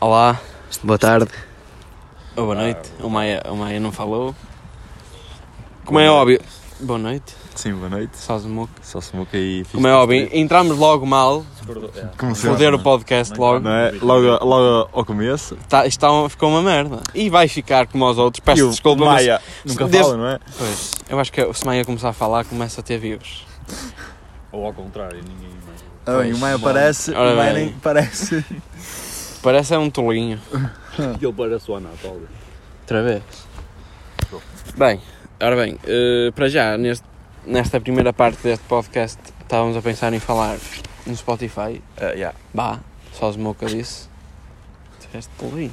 Olá, Boa tarde. ou boa noite. O Maia, o Maia não falou. Como é óbvio. Boa noite, Sim, boa noite. só Zumoco. Só se moca e fiz. Como é óbvio, entramos logo mal, é. Como assim? se- foder o podcast logo. Não é? Logo, logo ao começo. Tá, isto está um- ficou uma merda. E vai ficar como aos outros. Peço o desculpa, mas Maia nunca desde- fala, não é? Pois, eu acho que se Maia começar a falar, começa a ter views. Ou ao contrário, ninguém mais. Ah, e o Maio parece. Ora O Maio bem. nem parece. Parece é um tolinho. Ele parece o Anatoly. Outra vez. Bem, ora bem, eh, para já, neste- nesta primeira parte deste podcast, estávamos a pensar em falar no Spotify. Ah, yeah. Bah, só os moca disse. Tiveste tolinho.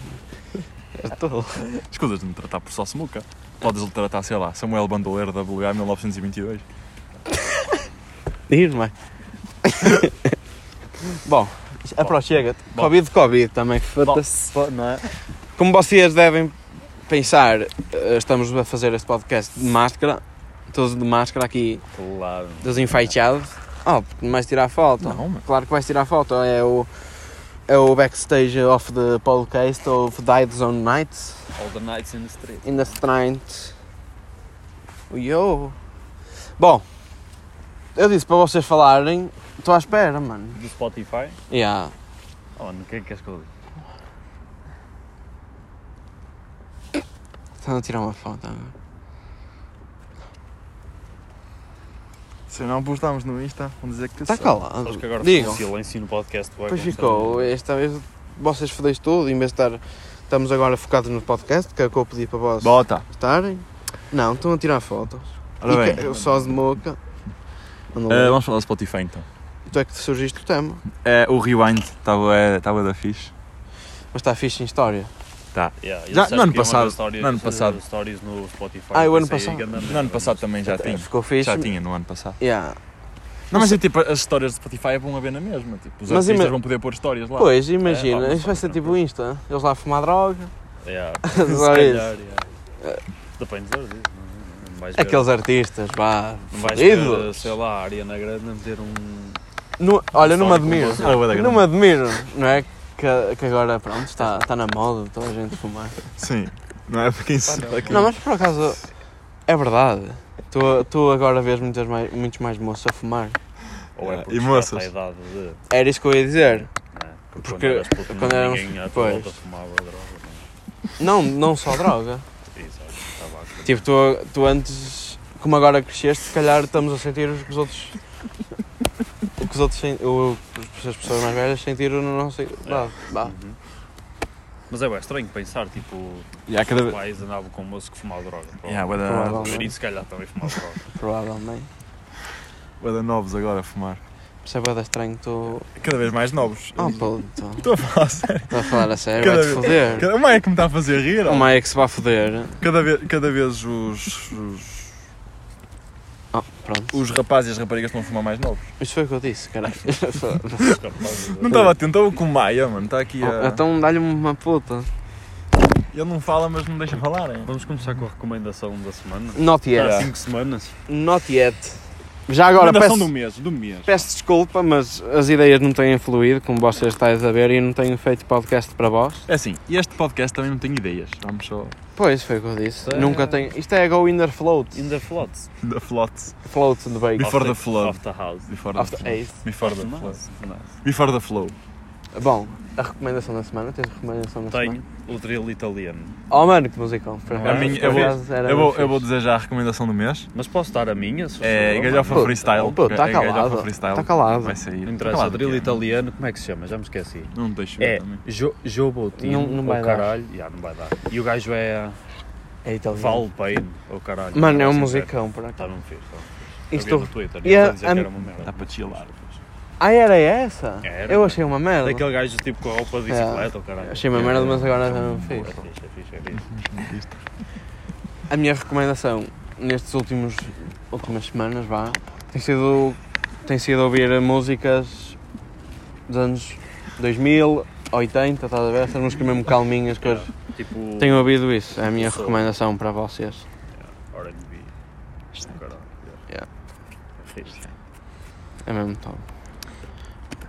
És tolo. Escusas de me tratar por só se moca. Podes lhe tratar, sei lá, Samuel Bandoleiro da WH 1922. Diz, mãe. Bom, a pro chega-te. Covid, Covid também. Foda-se. Não é? Como vocês devem pensar, eh, estamos a fazer este podcast de máscara. Todos de máscara aqui, Claro. desenfaixados. Oh, porque não vais tirar foto. Não, mas. Claro que vais tirar foto, é o, é o backstage of the podcast of Died Zone Nights All the nights in the street. in the Strand. Yo! Bom, eu disse para vocês falarem, estou à espera, mano. Do Spotify? Yeah. Oh, no que é que queres que eu diga? Estão a Então, tirar uma foto agora. Se não postámos no Insta, vamos dizer que. Está Tá calado. Sabes que agora ficou Digam. um silêncio no podcast. vai Pois acontecer. ficou, esta vez vocês fodeste tudo, em vez de estar. Estamos agora focados no podcast, que é o que eu pedi para vocês Bota! estarem. Não, estão a tirar fotos. Ora E bem, que- eu Só de moca. Ando ah, lá. vamos falar do Spotify então. Tu é que surgiste o tema. É, o Rewind estava é, tava da fixe. Mas está fixe em história. Yeah, eles Já- disseram no ano que iam passado, fazer stories- no ano passado. Stories no Spotify. Ah, e o ano Isso aí é passado. grande No ano passado também já tinha. Ficou fixe. Já tinha no ano passado. Yeah. Não, mas é tipo, as histórias do Spotify é bom a ver na mesma. Tipo, Mas os artistas ima- vão poder pôr histórias lá. Pois, imagina, É, isto vai ser tipo o Insta. Eles lá a fumar droga. Yeah. Só Se isso. calhar, yeah. Depende dos artistas, não é? Não vais ver- Aqueles artistas, vá. Não vais ver, Ídolos. sei lá, a Ariana Grande a meter um... Nu- olha, não me História com admiro. vocês. Ah, bué da grande. Não me admiro, não é? Que, que agora, pronto, está, está na moda toda a gente fumar. Sim. Não é porque isso. Não, mas por acaso, é verdade. Tu, tu agora vês muitas mais, muitos mais moços a fumar. Ou é Ah, E porque chegaste moças? à idade de... Era isso que eu ia dizer. não é? Porque, Porque quando eras puto, quando éramos- ninguém à tua pois. volta fumava droga. né? Não, não só droga. não é? Isso, olha, tabaco. Tipo, tu, tu antes, como agora cresceste, se calhar estamos a sentir os que os outros. O que os outros sen- o que as pessoas mais velhas sentiram no nosso idade. ah. Vá. Uhum. Mas é bem estranho pensar, tipo, Já, os cada... pais andavam com um moço que fumava droga. yeah, bué da- Provavelmente. E se calhar também fumava droga. Provavelmente. bué da novos agora a fumar. Isso é bué da estranho, tu. Cada vez mais novos. Oh, puto. Estou a falar sério. Estás a falar a sério, Cada vai-te vez- foder. Cada... O Maia que me está a fazer rir. ó. O Maia que se vai foder. Cada, vez, cada vez os, os, Oh, pronto. os rapazes e as raparigas estão a fumar mais novos. Isso foi o que eu disse, caralho. Os rapazes, Não estava atento, estava com o Maia, mano. Está aqui a... Então dá-lhe uma puta. Ele não fala, mas não deixa falar, hein? Vamos começar com a recomendação da semana. Not yet. Há 5 semanas. Not yet. Já agora, recomendação peço. do mês, do mês. Peço desculpa, mas as ideias não têm fluído, como vocês estáis a ver, e eu não tenho feito podcast para vós. É assim, e este podcast também não tem ideias. Vamos só... Pois, foi o que eu disse. É. Nunca tenho. Isto é Go in the Float. In the floods. The floats. Float de bacon. Before Of the flood. Of the house. Before the, After- É isso. Before the Nice, flood. nice. Before the flow. Bom, a recomendação da semana. Tens recomendação da semana? Tenho o drill italiano. Oh, mano, que musicão. Por A minha- eu vou- era Eu vou, fixe. eu vou dizer já a recomendação do mês. Mas posso dar a minha? se É for- Galhofa Pô, Freestyle. pô, tá É Galhofa calado. Freestyle. Tá calado. Vai sair. Não Tá interessa, calado, drill piano. italiano, como é que se chama? Já me esqueci. Não deixa É eu também. Jo, jo Boutino, Não- não ou vai dar. caralho. Yeah, não vai dar. E o gajo é É italiano. Val Payne, ou caralho. Mano, é um Assim, musicão, por acaso. Está num fixe. tá. Eu vi Isto... no Twitter, e a- yeah, dizer a- que era uma merda. Dá para chilar. Ah, era essa? Era, eu mano. achei uma merda. Daquele gajo tipo com a roupa de É. bicicleta, ou caralho. Achei uma merda, mas agora já não É fiz. fixe, é fixe, é fixe. A minha recomendação nestes últimos últimas semanas, vá, tem sido tem sido ouvir músicas dos anos 2000, 80, estás a ver? Essas músicas mesmo calminhas que eu Tipo, tenho ouvido isso. É a minha Sou. recomendação para vocês. R&B. Oh, caralho, é. Yeah. yeah. É fixe. É mesmo top.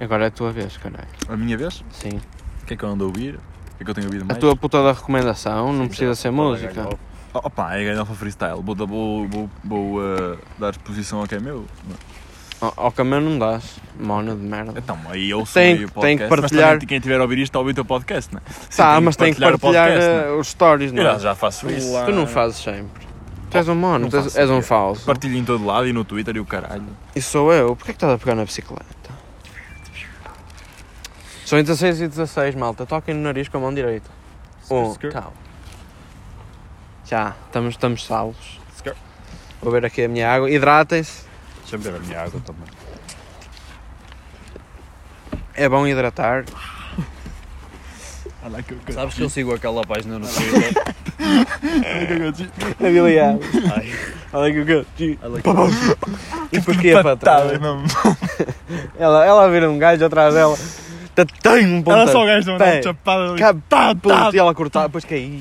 Agora é a tua vez, caralho. A minha vez? Sim. O que é que eu ando a ouvir? que é que eu tenho ouvido A mais? tua puta da recomendação não precisa ser música. Galhofa. Oh, Opa, é galhofa freestyle. Vou, dar- vou, vou, vou eh, dar exposição a quem é meu. Ó, Ao caminho não me dás. Mona de merda. Então, aí eu sou Tem- o podcast. tem que Mas partilhar- também quem tiver a ouvir isto está a ouvir o teu podcast, né? Sim, Tá, mas tem que partilhar, o podcast, né? eh, os stories, não Eu já- é? já faço isso. Tu não fazes sempre. Tu és um mono, Não tu és, faço, és um eu- falso. Partilho em todo lado e no Twitter e o caralho. Isso sou eu. Porquê que estás a pegar na bicicleta? São 16 e 16, malta. Toquem no nariz com a mão direita. Um, Skr, skr. tal. Já, estamos, estamos salvos. Skr. Vou beber aqui a minha água. Hidratem-se. Deixa-me beber a minha água também. É bom hidratar. Olha que eu Sabes que eu sigo aquela página no Twitter? Na biliar. Ai, Olha que o gato. ela que- E porquê para Tá, né? trás? Ela, ela vira um gajo atrás dela. Tá- Tem um ponto. Era só Tá, o gajo de uma Pé. chapada ali. Capaz. E ela cortava, depois caía.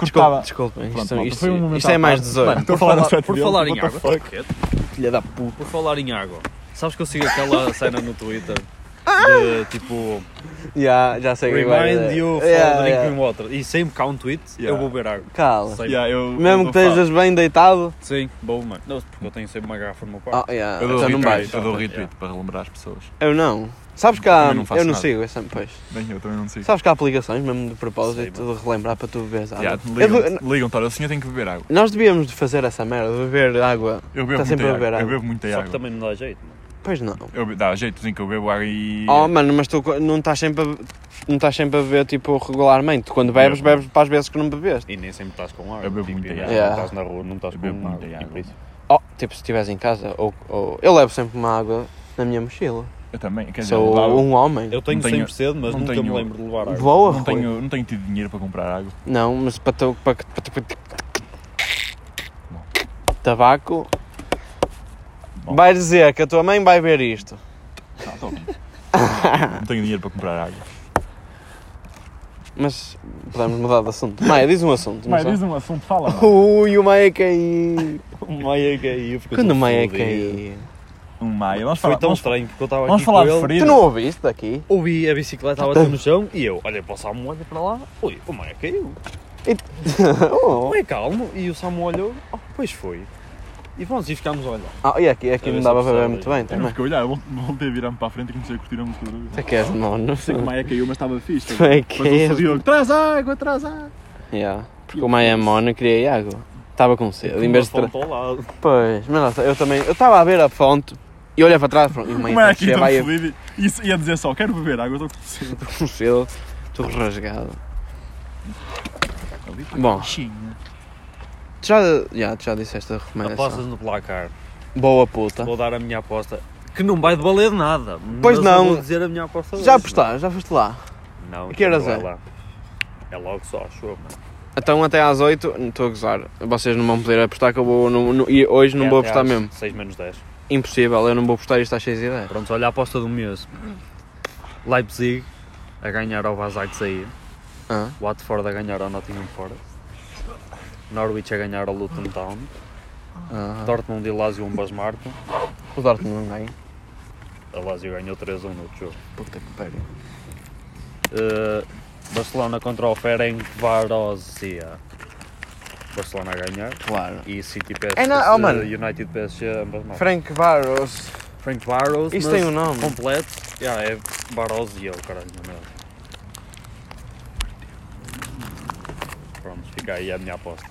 Desculpa, desculpa. Isto, malta, isto- foi um momento isto é à mais parte. 18. Estou a Por falar falar, no sweat por dele, falar what em the água. fuck? Filha da puta. Por falar em água. Sabes que eu sigo aquela cena no Twitter? Ah! De tipo, Já, já sei que vai remind dizer. you for Yeah, drinking yeah. water. E sempre cá um tweet, Yeah. Oh, eu vou beber água. Cala. Sempre. Yeah, eu- Mesmo eu que dou estejas bem deitado. Sim, bom, mano. Não, porque eu tenho sempre uma garrafa no meu quarto. Ah, yeah, Eu dou então não retweet, vais. eu dou Yeah. retweet para relembrar as pessoas. Eu não. Sabes que há. Também não faço eu não nada. sigo esse pois. Bem, eu também não sei. Sabes que há aplicações mesmo de Sei, propósito de relembrar para tu beberes água. Yeah, Eu do- Ligam-te, ligam-te, olha, o senhor tem que beber água. Nós devíamos de fazer essa merda, de beber água. Eu Tá bebo sempre a muita água. beber Eu água. bebo muita Só que água. também não dá jeito, mano. Pois não. Eu be- Dá jeito, sim, que eu bebo água e. Oh mano, mas tu não estás sempre a, não estás sempre a beber tipo regularmente. Quando bebes, Bebo. bebes para as vezes que não bebeste. E nem sempre estás com água. Eu bebo tipo, muita e água. Não Yeah. estás na rua, não estás Eu com bebo muita água. E água. por isso. Oh, tipo, se estiveres em casa, ou, ou- eu levo sempre uma água na minha mochila. Eu também, quer dizer, Sou lá- um homem. Eu tenho Não tenho- sempre sede, mas não nunca me tenho- lembro de levar água. Boa, não, Rui. tenho, não tenho tido dinheiro para comprar água. Não, mas para, tu, para, que- para, tu- para, tu- Bom. tabaco. Bom. Vais dizer que a tua mãe vai ver isto. Não, tô- não tenho dinheiro para comprar água. Mas podemos mudar de assunto. Maia, diz um assunto. não sei. um assunto, fala. Ui, o Maia caiu. O Maia caiu. porque eu Quando tô o Maia fodido. caiu. Um Maia, vamos Foi falar. tão Vamos, estranho porque eu estava aqui. vamos falar com de ele, Tu feridas. não ouviste daqui? Ouvi a bicicleta a Então. bater no chão e eu olhei para o Samu, olhei para lá. Ui, o Maia caiu. O Oh. Maia calmo. E o Samu olhou. Oh, pois foi. E vamos e ficámos a olhar. Ah, e aqui, aqui A ver não se dava eu para ver percebo muito aí. bem Eu não também. fiquei a olhar, eu voltei a virar-me para a frente e comecei a curtir a música. outra vez. Tu é que és mono. Sei é que o Maia caiu, mas estava fixe. Tu é que Depois ele és. sorriu, traz água, traz água. Yeah. Porque o Maia é mono e queria água. Estava com sede. Em vez de tra- Fomos ao lado. Pois, mas nossa, eu também. Eu estava a ver a fonte e olhei para trás pronto, e o O Maia Maia está aqui tá tá cheia, é tão vai a feliz. E isso- ia dizer só, quero beber água, estou com sede. com sede. Estou rasgado. Bom. Tu já, já, tu já disseste a recomendação. Apostas no placar. Boa puta. Vou dar a minha aposta. Que não vai de valer nada. Tá. Pois mas não. Eu vou dizer a minha aposta Já hoje, apostaste, já foste lá. mano. Não. Que horas não é? lá. É logo só, acho eu, mano. Então até às 8, não estou a gozar. Vocês não vão poder apostar que eu vou. Não, não- e hoje não É vou até apostar às mesmo. 6 menos 10. Impossível, eu não vou apostar isto às 6 e 10. Pronto, olha a aposta do mês. Leipzig a ganhar ao Vasak sair. Ah. Watford a ganhar ao Nottingham Forest. Norwich a ganhar ao Luton Town. Ah, Dortmund e Lazio um ambas marcam. o Dortmund não ganha. A Lazio ganhou 3-1 no outro jogo. Puta que pariu. Uh, Barcelona contra o Ferencvárosia. Barcelona a ganhar. Claro. E City PSG. É na- oh, mano. United PSG ambas marcam. Frank Varos. Frank Barros. Isso mas tem um nome. Completo. Yeah, é Barrosia, o caralho, não é? Pronto, fica aí a minha aposta.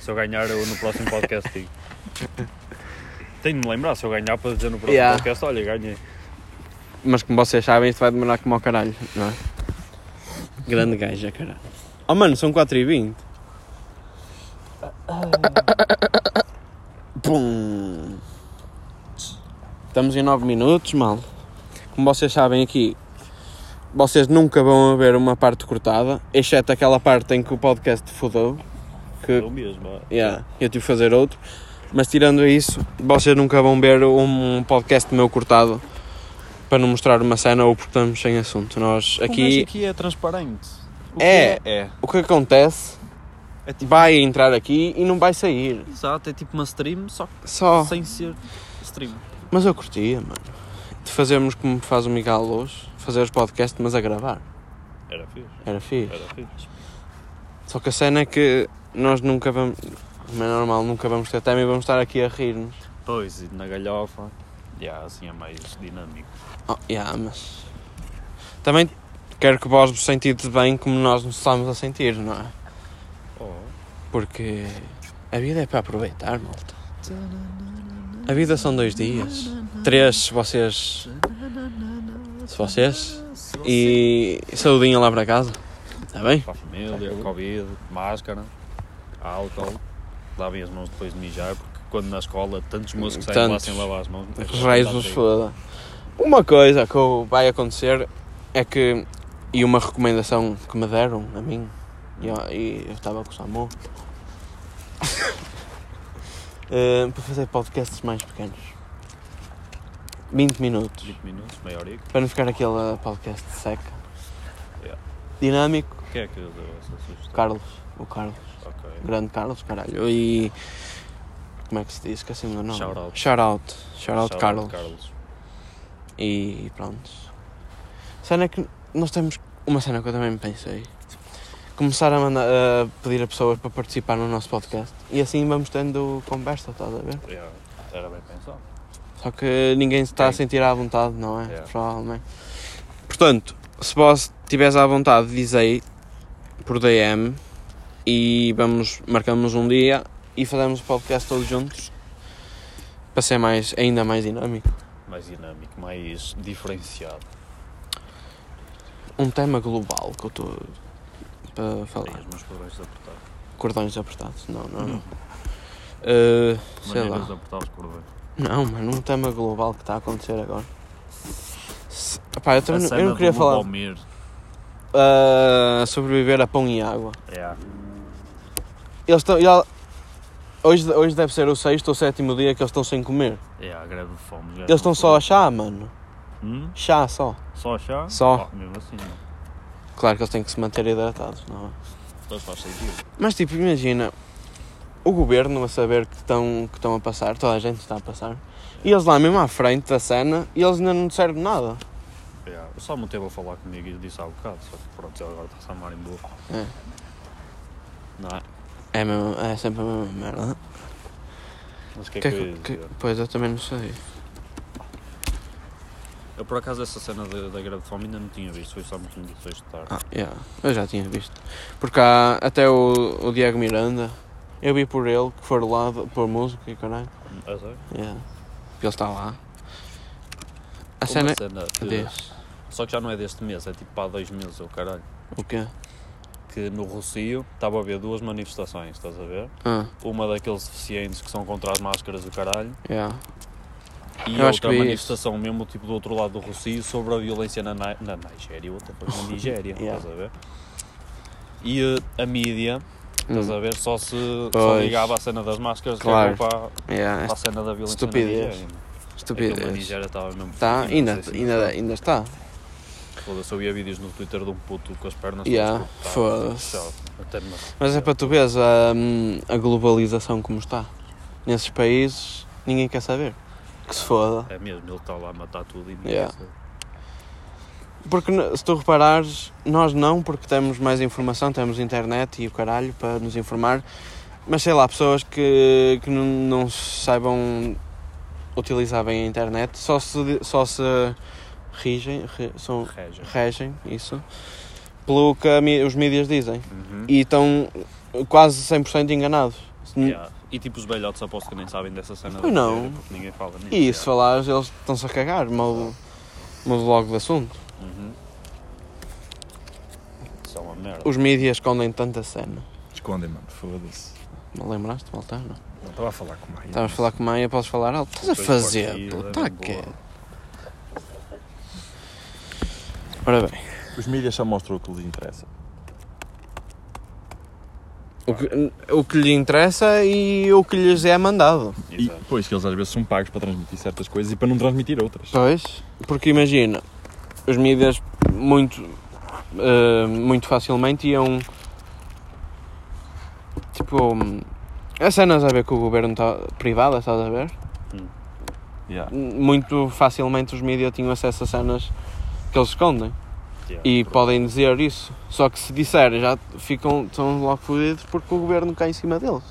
Se eu ganhar, eu no próximo podcast digo. Tenho de me lembrar, se eu ganhar, para dizer no próximo Yeah. podcast, olha, ganhei. Mas como vocês sabem, isto vai demorar como ao caralho, não é? Grande gaja, caralho. Oh mano, são 4 e 20 Pum. Estamos em 9 minutos, mal. Como vocês sabem aqui, vocês nunca vão ver uma parte cortada, exceto aquela parte em que o podcast fodeu. Que, Eu mesmo. é. Yeah, eu tive que fazer outro. Mas tirando isso, vocês nunca vão ver um podcast meu cortado para não mostrar uma cena ou porque estamos sem assunto. Nós Um aqui, é transparente. que É. É. o que acontece É tipo- vai entrar aqui e não vai sair. Exato, é tipo uma stream, só que Só. sem ser stream. Mas eu curtia, mano. De fazermos como faz o Miguel hoje, fazer os podcasts, mas a gravar. Era fixe. Era fixe. Era fixe. Só que a cena é que nós nunca vamos. Como é normal, nunca vamos ter tema e vamos estar aqui a rir-nos. Pois, e na galhofa. Yeah, assim é mais dinâmico. Oh, yeah, mas. Também quero que vós vos sentides bem como nós nos estamos a sentir, não é? Oh. Porque a vida é para aproveitar, malta. A vida são dois dias. Três, se vocês. Se vocês. E saudinha lá para casa. Está bem? Para a Tá família, Covid, máscara, álcool. Lavem as mãos depois de mijar, porque quando na escola tantos moços que saem lá Tantos. sem lavar as mãos. Reis-vos foda. Uma coisa que vai acontecer é que. E uma recomendação que me deram a mim, e eu- e eu estava com o Samu, eh, para fazer podcasts mais pequenos. 20 minutos. 20 minutos, meia hora. Para não ficar aquele podcast seca. Yeah. Dinâmico, Quem é que deu essa sugestão? Carlos. O Carlos. Ok. Grande Carlos, caralho. E. Como é que se diz? Esqueci-me do nome. Shout out. Shout out. Shout out, Shout out, Carlos. Carlos. E pronto. Cena é que nós temos uma cena que eu também pensei. Começar a, mandar, a pedir a pessoas para participar no nosso podcast. E assim vamos tendo conversa, estás a ver? Yeah, Era bem pensado. Só que ninguém se está a Sim. sentir à vontade, não é? Yeah. Provavelmente. Portanto, se vós estiveres à vontade, dizei por DM e vamos, marcamos um dia e fazemos o podcast todos juntos para ser mais, ainda mais dinâmico. Mais dinâmico, mais diferenciado. Um tema global que eu estou para Tem falar. os meus padrões de apertar. Cordões apertados, não, não, não. Uh, sei Maneiras de lá. apertar os cordões. Não, mano, um tema global que está a acontecer agora. Se- Epá, Então, eu, também, A não- cena eu não queria do falar. Lubomir. a sobreviver a pão e água. Yeah. Eles estão. já- Hoje, hoje deve ser o sexto ou sétimo dia que eles estão sem comer. Yeah, greve de fome. já Eles estão não só a sei. chá, mano. Hum? Chá só. Só chá? Só. Oh, mesmo assim, não. Claro que eles têm que se manter hidratados, não é? Só faz sentido. Mas tipo, imagina. O governo a saber que estão que estão a passar, toda a gente está a passar. E eles lá mesmo à frente da cena e eles ainda não disseram nada. Yeah. O Salmo teve a falar comigo e disse há bocado, só que pronto, ele agora está a amar em boa. É. Não é? É, mesmo, é sempre a mesma merda. Mas o que é Que que, é eu que- ia que- dizer? pois eu também não sei. Eu por acaso essa cena da, da greve de fome ainda não tinha visto, foi só me que me disse hoje de tarde. Ah, yeah, eu já tinha visto. Porque há até o, o Diego Miranda, eu vi por ele, que foi lá de- por música e caralho. Ah, sei? Yeah. Ele está lá. A Uma cena é cena é que- diz. Só que já não é deste mês, é tipo há dois meses, o caralho. O quê? Que no Rocio estava a haver duas manifestações, estás a ver? Ah, Uma daqueles deficientes que são contra as máscaras do caralho yeah. e Eu acho que é outra vi manifestação mesmo tipo do outro lado do Rocio sobre a violência na, Ni- na Nigéria, outra coisa na Nigéria, Yeah. estás a ver? E eh, a mídia, estás Hum, a ver, só se só Pois. ligava à cena das máscaras Claro. que é para, yeah, para esta a cena da violência Estupidez. na Nigéria. né? Aquilo na estupidez. Nigéria estava mesmo Tá, fodido, ainda, não sei se ainda, ainda está. Foda-se, eu via vídeos no Twitter de um puto com as pernas Yeah, todas cortadas, tipo, foda-se. puxado, até numa- Mas é para tu veres a, hum, a globalização como está. Nesses países, ninguém quer saber. Que se foda. É mesmo, ele está lá a matar tudo e ninguém Yeah. sabe. Porque n- se tu reparares, nós não, porque temos mais informação, temos internet e o caralho para nos informar. Mas sei lá, pessoas que, que não, não saibam utilizar bem a internet só se, di- só se rigem, re- são, Reja. regem, isso, pelo que a mi- os mídias dizem. Uhum. E estão quase 100% enganados. Yeah. E tipo os velhotes aposto que nem sabem dessa cena da Pois não. Nigéria, porque ninguém fala nisso. E se yeah. falares, eles estão-se a cagar, mal, mal logo de assunto. Uhum. Isso é uma merda. Os mídias escondem tanta cena. Escondem, mano, foda-se. Não lembraste, Walter? Não. Não estava a falar com o Maia. Estavas a falar com a Maia, podes falar alto. Estás a Depois fazer, partida, pô, tá é boa. quieto. Ora bem, Os mídias só mostram o que lhes interessa. o que, o que lhe interessa e o que lhes é mandado. E Exato. depois que eles às vezes são pagos para transmitir certas coisas e para não transmitir outras. Pois, porque imagina, os mídias muito, eh, muito facilmente iam. Tipo, as cenas a ver com o governo tá, privado, estás a ver? Yeah. Muito facilmente os mídias tinham acesso a cenas que eles escondem. Yeah, E pronto. podem dizer isso. Só que se disserem, já ficam, são logo fodidos porque o governo cai em cima deles.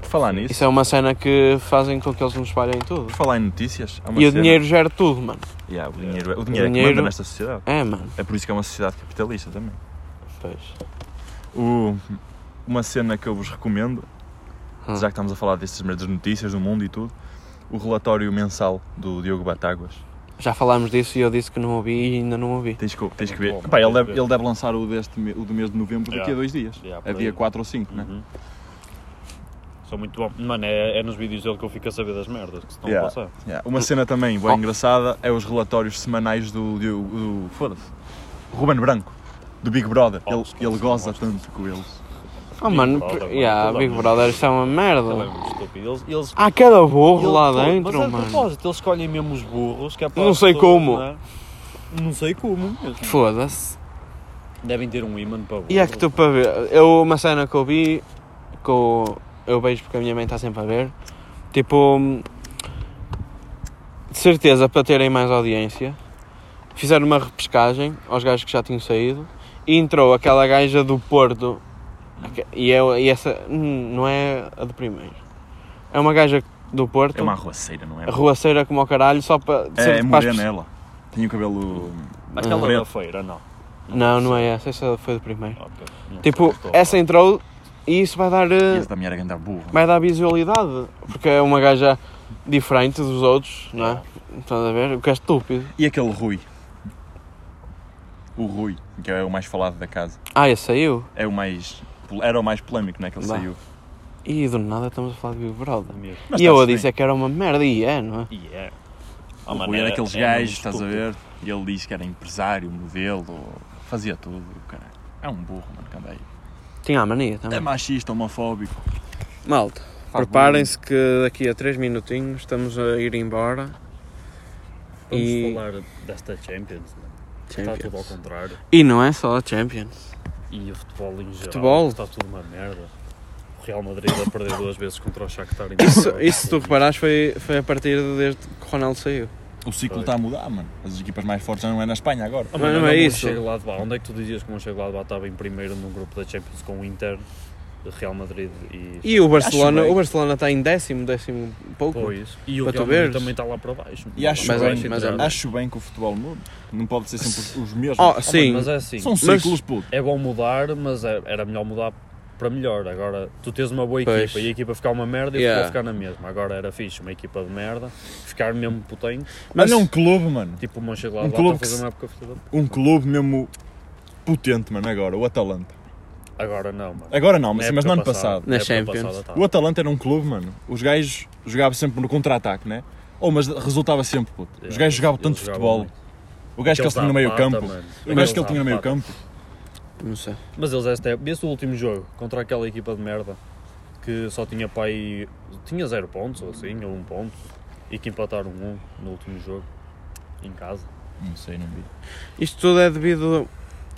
Por falar nisso, Isso é uma cena que fazem com que eles nos espalhem tudo. por falar em notícias, há uma E o cena- dinheiro gera tudo, mano. Yeah, o dinheiro, é- o dinheiro é que dinheiro- manda nesta sociedade. É, mano. É por isso que é uma sociedade capitalista também. Pois. O- uma cena que eu vos recomendo, Hum. já que estamos a falar destas merdas notícias do mundo e tudo, o relatório mensal do Diogo Batáguas. Já falámos disso e eu disse que não ouvi e ainda não ouvi. Tens que, tens que Bom, ver. Pá, ele, tens deve, que ver. ele deve lançar o, deste, me- o do mês de novembro daqui Yeah. a dois dias. Yeah, por é dia aí. 4 ou 5, né? Uhum. São muito bom. Mano, é, é nos vídeos dele que eu fico a saber das merdas que se estão Yeah. a passar. Yeah. Uma cena também bem Oh. engraçada é os relatórios semanais do. do, do Foda-se. Ruben Branco, do Big Brother. Oh, Ele, sim, ele sim, goza gosto. tanto com eles. Oh, Big mano, Brother, per- mano, yeah, toda a Big gente. Brother, isso é uma Ele é merda. muito estúpido. Eles, eles, Há cada burro ele- lá mas dentro, é de mano. propósito, eles escolhem mesmo os burros que é para Não as sei pessoas, como. Não, é? Não sei como. mesmo. Foda-se. Devem ter um imã para burros. E é que tu para ver, eu uma cena que eu vi, que eu, eu vejo porque a minha mãe está sempre a ver, tipo, de certeza para terem mais audiência, fizeram uma repescagem aos gajos que já tinham saído e entrou aquela gaja do Porto aque- e, eu, e essa hum, não é a de primeiro, é uma gaja do Porto, É uma arruaceira, não é? arruaceira como ao caralho, só para. de É, é certeza para as morena ela. Tem o cabelo. Aquela Preto. da feira, não. pessoas- Não, não é essa, essa foi do primeiro. Ah, Ok. Não Tipo, sei, estou a essa entrou e isso vai dar. eh, E esse da mulher é ganda burra. vai dar visualidade. Porque é uma gaja diferente dos outros, não é? Estás a ver? O que é estúpido. E aquele Rui? O Rui, que é o mais falado da casa. Ah, esse saiu. É o mais. Era o mais polémico, não é? Que ele Bah. saiu. E do nada estamos a falar de Big Brother. falar mesmo. Mas e eu está-se a dizer que era uma merda e é, não é? E é. Ah, O mano, Rui era aqueles é gajos, mesmo estás a estúpido. ver? E ele diz que era empresário, modelo, fazia tudo, caralho. É um burro, mano, que anda aí. Tinha a mania É também. machista, homofóbico. Malta, Faz preparem-se que daqui a 3 minutinhos estamos a ir embora. Vamos E- falar desta Champions, né? mano. Está tudo ao contrário. E não é só a Champions. E o futebol em geral. Futebol? Está tudo uma merda. O Real Madrid a perder duas vezes contra o Shakhtar. em Isso, Portugal. isso se tu reparares, foi, foi a partir de desde que o Ronaldo saiu. O ciclo Pois. está a mudar, mano. As equipas mais fortes já não é na Espanha agora. Ah, mano, Não, não é olha o isso. Mönchengladbach. Onde é que tu dizias que o Mönchengladbach estava em primeiro num grupo da Champions com o Inter, Real Madrid e... E o Barcelona, bem. o Barcelona está em décimo, décimo pouco. Pois. E o Para tu Real Madrid veres. também está lá para baixo. E acho, Mas é- bem, mas é- acho bem que o futebol muda. Não pode ser sempre os mesmos. Oh, sim. Ah, Mas é assim. São ciclos, puto. é bom mudar, mas é- era melhor mudar para melhor. Agora, tu tens uma boa Pois. equipa e a equipa ficar uma merda e Yeah. tu vais ficar na mesma. Agora era fixe, uma equipa de merda, ficar mesmo potente, Mas- Mas é um clube, mano. tipo o Um Mönchengladbach está clube a que fazer se- uma época fodida. Um clube mesmo potente, mano, agora. O Atalanta. Agora não, mano. Agora não, É, mas, Na mas no época ano passada- passado. Na época Champions. passada tá. O Atalanta era um clube, mano. Os gajos jogavam sempre no contra-ataque, né? Ou, mas resultava sempre, puto. Os Yeah, gajos jogavam É, eles tanto jogavam futebol. muito. O gajo que eles Aqueles tinham no à meio campo. pata, mano. O gajo que ele à tinha no meio pata. campo. é- Não sei. Mas eles esta época, vê-se o último jogo contra aquela equipa de merda que só tinha para aí. tinha 0 pontos ou assim, ou 1 um ponto, e que empataram 1 um no último jogo, em casa. Não sei, não vi. Isto tudo é devido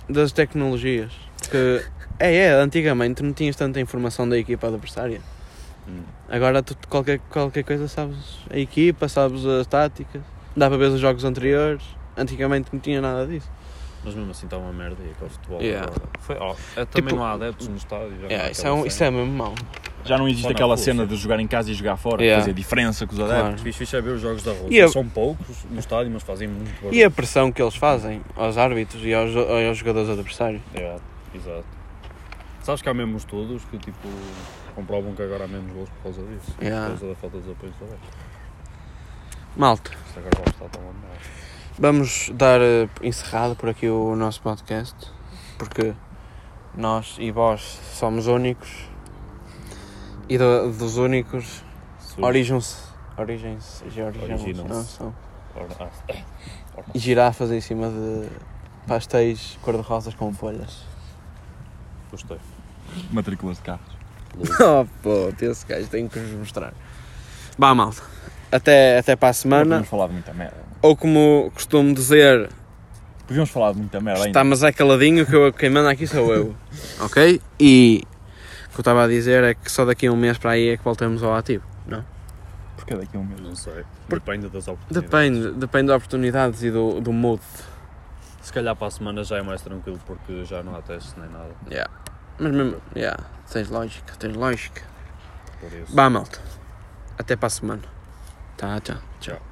das tecnologias. Que é, é, antigamente não tinhas tanta informação da equipa adversária. Hum. Agora tu qualquer, qualquer coisa sabes a equipa, sabes as táticas, dá para ver os jogos anteriores. Antigamente não tinha nada disso. Mas mesmo assim está uma merda e aquele futebol Yeah. agora. Foi, ó, é, também Tipo- não há adeptos no estádio. já não há É, isso, é um- Então, aquela isso é cena. mesmo mau. Já não existe Só na aquela rua, cena sim. de jogar em casa e jogar fora. Yeah. Fazer diferença com os Claro. adeptos. Fixe, fixe é ver os jogos da Rússia. E a- São poucos no estádio, mas fazem muito barulho. E a pressão que eles fazem aos árbitros e aos, aos jogadores adversários. Yeah, É, exato. Sabes que há mesmo estudos que tipo comprovam que agora há menos gols por causa disso. Yeah. Por causa da falta de apoio dos adeptos. Malta, Isto agora vai estar tão é? uma merda. vamos dar eh, encerrado por aqui o nosso podcast. Porque nós e vós somos únicos. E do- dos únicos Surge. Origens. Origens. e originals, Originals. não são. Ora, ah, E girafas em cima de pastéis cor-de-rosas com folhas. Gostei. Matrículas de carros. oh, pô, esse gajo tenho que vos mostrar. Bah, malta. Até, até para a semana. Podíamos falar de muita merda. Ou como costumo dizer, Podíamos falar de muita merda ainda. estamos é caladinho que eu- quem manda aqui sou eu. ok? E o que eu estava a dizer é que só daqui a um mês para aí é que voltamos ao ativo. Porque daqui a um mês. Não sei. Depende das oportunidades. Depende, depende das oportunidades e do, do mood. Se calhar para a semana já é mais tranquilo porque já não há testes nem nada. Yeah. Mas mesmo, yeah, tens lógica, tens lógica. Por isso. Vá, malta. Até para a semana. Tá, tchau. Tchau.